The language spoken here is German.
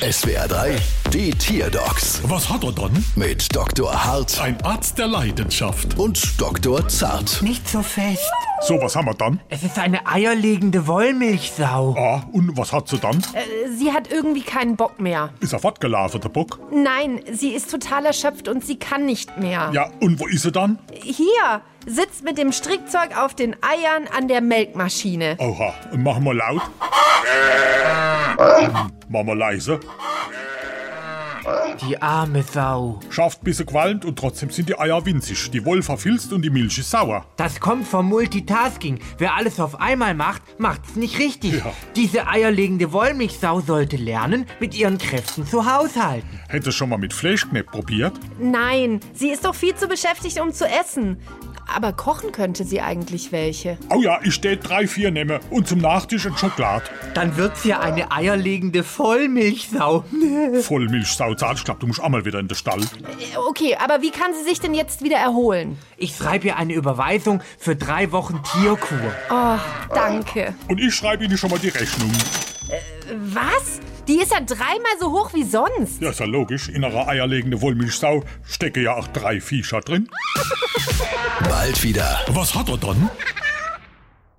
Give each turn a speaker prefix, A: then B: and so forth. A: SWR 3, die Tierdocs
B: Was hat er dann?
A: mit Dr. Hart
B: Ein Arzt der Leidenschaft.
A: und Dr. Zart.
C: Nicht so fest.
B: So, was haben wir dann?
C: Es ist eine eierlegende Wollmilchsau.
B: Ah, und was hat sie dann?
D: Sie hat irgendwie keinen Bock mehr.
B: Ist er fortgelaufen, der Bock?
D: Nein, sie ist total erschöpft und sie kann nicht mehr.
B: Ja, und wo ist sie dann?
D: Hier sitzt mit dem Strickzeug auf den Eiern an der Melkmaschine.
B: Oha, machen wir laut. Machen wir leise.
C: Die arme Sau.
B: Schafft bisschen qualmt und trotzdem sind die Eier winzig. Die Wolle verfilzt und die Milch ist sauer.
C: Das kommt vom Multitasking. Wer alles auf einmal macht, macht's nicht richtig.
B: Ja.
C: Diese eierlegende Wollmilchsau sollte lernen, mit ihren Kräften zu haushalten.
B: Hätte schon mal mit Fleischknepp probiert?
D: Nein, sie ist doch viel zu beschäftigt, um zu essen. Aber kochen könnte sie eigentlich welche.
B: Oh ja, ich steh drei, vier nehme und zum Nachtisch ein Schokolad.
C: Dann wird's ja eine eierlegende Vollmilchsau.
B: Vollmilchsau, zart. Ich glaub, du musst einmal wieder in den Stall.
D: Äh, Okay, aber wie kann sie sich denn jetzt wieder erholen?
C: Ich schreibe ihr eine Überweisung für drei Wochen Tierkur.
D: Oh, danke.
B: Und ich schreibe Ihnen schon mal die Rechnung.
D: Was? Die ist ja dreimal so hoch wie sonst.
B: Ja, ist ja logisch. In einer eierlegende Wollmilchsau stecke ja auch drei Viecher drin.
A: Bald wieder.
B: Was hat er dann?